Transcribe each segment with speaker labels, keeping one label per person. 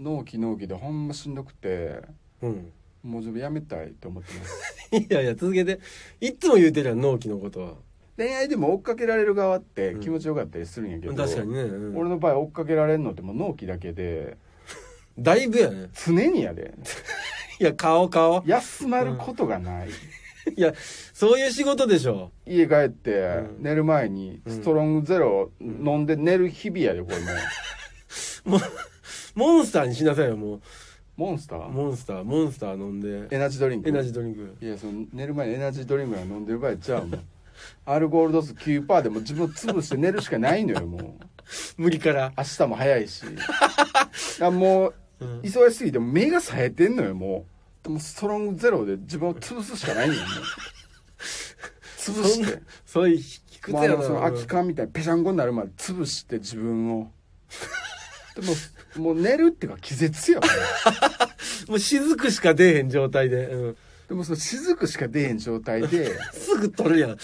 Speaker 1: 納期納期でほんましんどくて
Speaker 2: うん
Speaker 1: もう自分やめたいと思ってます
Speaker 2: いやいや続けていっつも言うてるやん納期のことは
Speaker 1: 恋愛でも追っかけられる側って
Speaker 2: うん
Speaker 1: 気持ちよかったりするんやけど、
Speaker 2: 確かにね、うん
Speaker 1: 俺の場合追っかけられるのってもう納期だけで
Speaker 2: だいぶやね
Speaker 1: 常にや で
Speaker 2: いや顔顔
Speaker 1: 休まることがない、
Speaker 2: いやそういう仕事でしょ
Speaker 1: 家帰って
Speaker 2: うん
Speaker 1: 寝る前にストロングゼロ飲んで寝る日々やでこれ もう
Speaker 2: もうモンスターにしなさいよも
Speaker 1: モンスタ
Speaker 2: う
Speaker 1: ー
Speaker 2: モンスターモンスター飲んで
Speaker 1: エナジードリンク
Speaker 2: エナジードリンク
Speaker 1: いやその寝る前にエナジードリンクなんか飲んでる場合ちゃうもんアルコール度数9%でもう自分を潰して寝るしかないのよもう
Speaker 2: 無理から
Speaker 1: 明日も早い しあもう
Speaker 2: うん
Speaker 1: 忙しすぎて目が冴えてんのよもうでもストロングゼロで自分を潰すしかないのよ もう潰
Speaker 2: そん
Speaker 1: し
Speaker 2: な
Speaker 1: て
Speaker 2: そういう卑屈
Speaker 1: まあ、
Speaker 2: や
Speaker 1: で
Speaker 2: な
Speaker 1: もその空き缶みたいにぺしゃんこになるまで潰して自分 をでももう寝るっていうか気絶やもう
Speaker 2: もう雫しか出えへん状態で、うん、
Speaker 1: でもその雫しか出えへん状態 です
Speaker 2: ぐ取るやん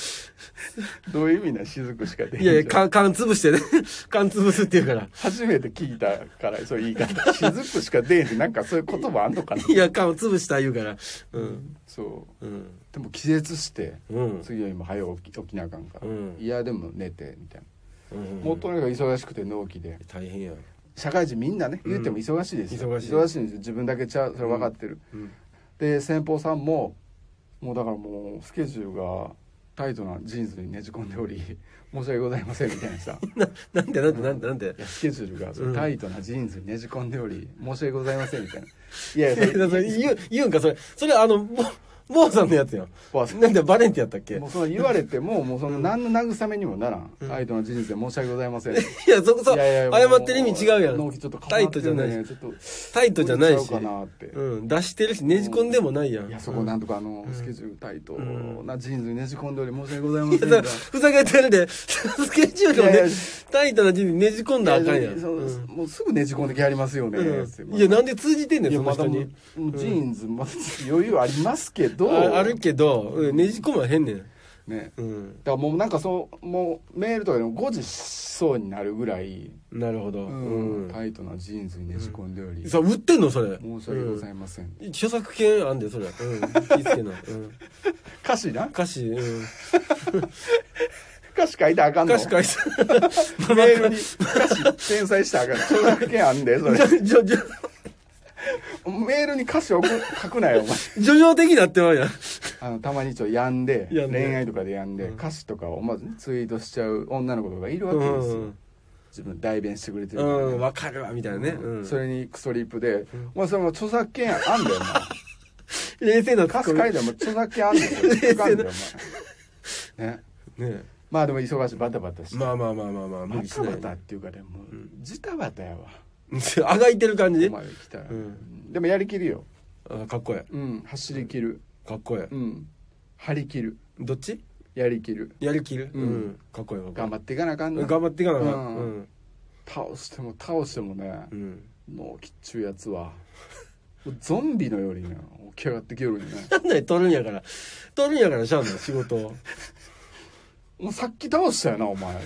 Speaker 1: どういう意味なん雫しか出えへん
Speaker 2: いやいや
Speaker 1: 状態
Speaker 2: 缶缶潰してね 缶潰すっていうから
Speaker 1: 初めて聞いたからそういう言い 方雫しか出えへんってなんかそういう言葉あんのかない
Speaker 2: や缶を潰した言うからうん
Speaker 1: そう
Speaker 2: うん
Speaker 1: でも気絶して
Speaker 2: うん
Speaker 1: 次の日も早起き起きなあかんから、
Speaker 2: うん
Speaker 1: いやでも寝てみたい
Speaker 2: うん
Speaker 1: なもうとにかく忙しくて納期で
Speaker 2: 大変や
Speaker 1: 社会人みんなね言っても忙しいですよ、
Speaker 2: 忙しい
Speaker 1: 忙しいんですよ自分だけちゃうそれ分かってる、
Speaker 2: うん
Speaker 1: で先方さんももうだからもうスケジュールがタイトなジーンズにねじ込んでおり 申し訳ございませんみたいな さい
Speaker 2: ななんでなんでなんでなんで
Speaker 1: やスケジュールがそう
Speaker 2: うん
Speaker 1: タイトなジーンズにねじ込んでお り申し訳ございませんみたいない やいやそ
Speaker 2: いやそれ言う言うんかそれそれあのボボーさんのやつやん
Speaker 1: ボーさん
Speaker 2: なんでバレンティンやったっけ
Speaker 1: れもうその言われてももうその何の慰めにもならん、
Speaker 2: うん
Speaker 1: タイトなジーンズで申し訳ございません
Speaker 2: いやそこそ
Speaker 1: いやいやもう
Speaker 2: 謝ってる意味違うや
Speaker 1: 納
Speaker 2: ん
Speaker 1: 期ちょっと変
Speaker 2: タ
Speaker 1: わ
Speaker 2: イ
Speaker 1: って
Speaker 2: ト
Speaker 1: る
Speaker 2: じゃない
Speaker 1: ね
Speaker 2: し
Speaker 1: ちょっと
Speaker 2: タイトじゃないし
Speaker 1: 無理ちゃうかなって
Speaker 2: うん、出してるしねじ込んでもないやん
Speaker 1: いやそこなんとかあの、
Speaker 2: ん
Speaker 1: スケジュールタイト
Speaker 2: う
Speaker 1: なジーンズにねじ込んでおり申し訳ございま
Speaker 2: い
Speaker 1: せ
Speaker 2: や
Speaker 1: ん
Speaker 2: だ
Speaker 1: が
Speaker 2: からふざけてるで スケジュールをね
Speaker 1: いやいや
Speaker 2: タイトな字にねじ込んだらあかんやん
Speaker 1: いやそう
Speaker 2: うん
Speaker 1: もうすぐねじ込んできはりますよね、
Speaker 2: うんいやなんで通じてんねん
Speaker 1: いや
Speaker 2: その
Speaker 1: まだ
Speaker 2: 人
Speaker 1: も
Speaker 2: に
Speaker 1: うもうジーンズまだ余裕ありますけど
Speaker 2: ああるけどうんねじ込まへんねん
Speaker 1: ね
Speaker 2: うん
Speaker 1: だからもうなんかそうもうメールとかでも5時そうになるぐらい、
Speaker 2: なるほど
Speaker 1: うん
Speaker 2: うん
Speaker 1: タイトなジーンズにねじ込んでおり、
Speaker 2: さ売ってんのそれ
Speaker 1: 申し訳ございません、
Speaker 2: うん著作権あんでそれうん気ぃつけなうん
Speaker 1: 歌詞な
Speaker 2: 歌詞うん
Speaker 1: 歌詞書いてあかんの
Speaker 2: 歌詞書いて
Speaker 1: メールに歌詞転載してあかん著作権あんでそ れ
Speaker 2: じょじょ
Speaker 1: メールに歌詞送書くなよお前
Speaker 2: 叙情的になってまうやん
Speaker 1: あのたまにちょっとやんで
Speaker 2: 病んで
Speaker 1: 恋愛とかでやんで、歌詞とかをまずツイートしちゃう女の子とかいるわけ
Speaker 2: う
Speaker 1: ですよ、
Speaker 2: ん
Speaker 1: 自分代弁してくれてる
Speaker 2: う
Speaker 1: からね
Speaker 2: んわかるわみたいなねうん
Speaker 1: それにクソリップで「お前それもう著作権あんだよお前
Speaker 2: 冷静な
Speaker 1: 歌詞書い
Speaker 2: ね
Speaker 1: ても著作権あん だよそれ書かんだよお前」ね
Speaker 2: え
Speaker 1: まあでも忙しいバタバタして、
Speaker 2: まあまあまあまあまあ無
Speaker 1: バ
Speaker 2: 理し
Speaker 1: タ
Speaker 2: ない
Speaker 1: バタっていうかでもうジタバタやわ
Speaker 2: あがいてる感
Speaker 1: こ
Speaker 2: じ
Speaker 1: こまで来たら、
Speaker 2: うん
Speaker 1: でもやりきるよ、
Speaker 2: あかっこえ
Speaker 1: うん、走りきる、
Speaker 2: えかっこえ
Speaker 1: うん、張り切る
Speaker 2: えどっち
Speaker 1: やりきる
Speaker 2: やりきる
Speaker 1: うん
Speaker 2: うんかっこええかっこええ
Speaker 1: 頑張っていかなあかんな
Speaker 2: 頑張っていかなあかん
Speaker 1: う
Speaker 2: うんん
Speaker 1: 倒しても倒してもね
Speaker 2: うん
Speaker 1: 脳きっちゅうやつはもうゾンビのようにね起き上がってきよるね
Speaker 2: なんだよ取るんやから取るんやからしゃあない仕事 を
Speaker 1: もうさっき倒したよなお前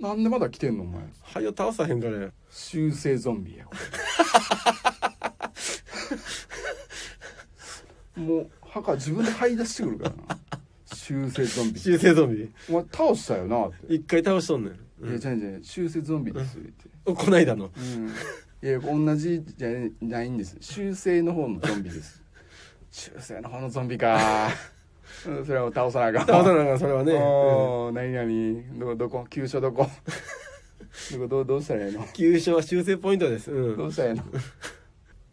Speaker 1: なんでまだ来てんのお前
Speaker 2: はよ倒さへんからや
Speaker 1: 修正ゾンビやこ れもう墓自分で這い出してくるからな修正ゾンビ
Speaker 2: 修正ゾンビ
Speaker 1: お前倒したよなって、
Speaker 2: 一回倒しとんねん、
Speaker 1: いやじゃねじゃね修正ゾンビですって、
Speaker 2: うん、こないだの
Speaker 1: うんいや同じじゃないんです修正の方のゾンビです修正の方のゾンビかうんそれは倒さなあかん
Speaker 2: 倒さなあかんそれはね、うん
Speaker 1: おー何々どこどこ急所どこどこどうどうしたらええの
Speaker 2: 急所は修正ポイントです、う
Speaker 1: ど
Speaker 2: ん、
Speaker 1: うしたらええの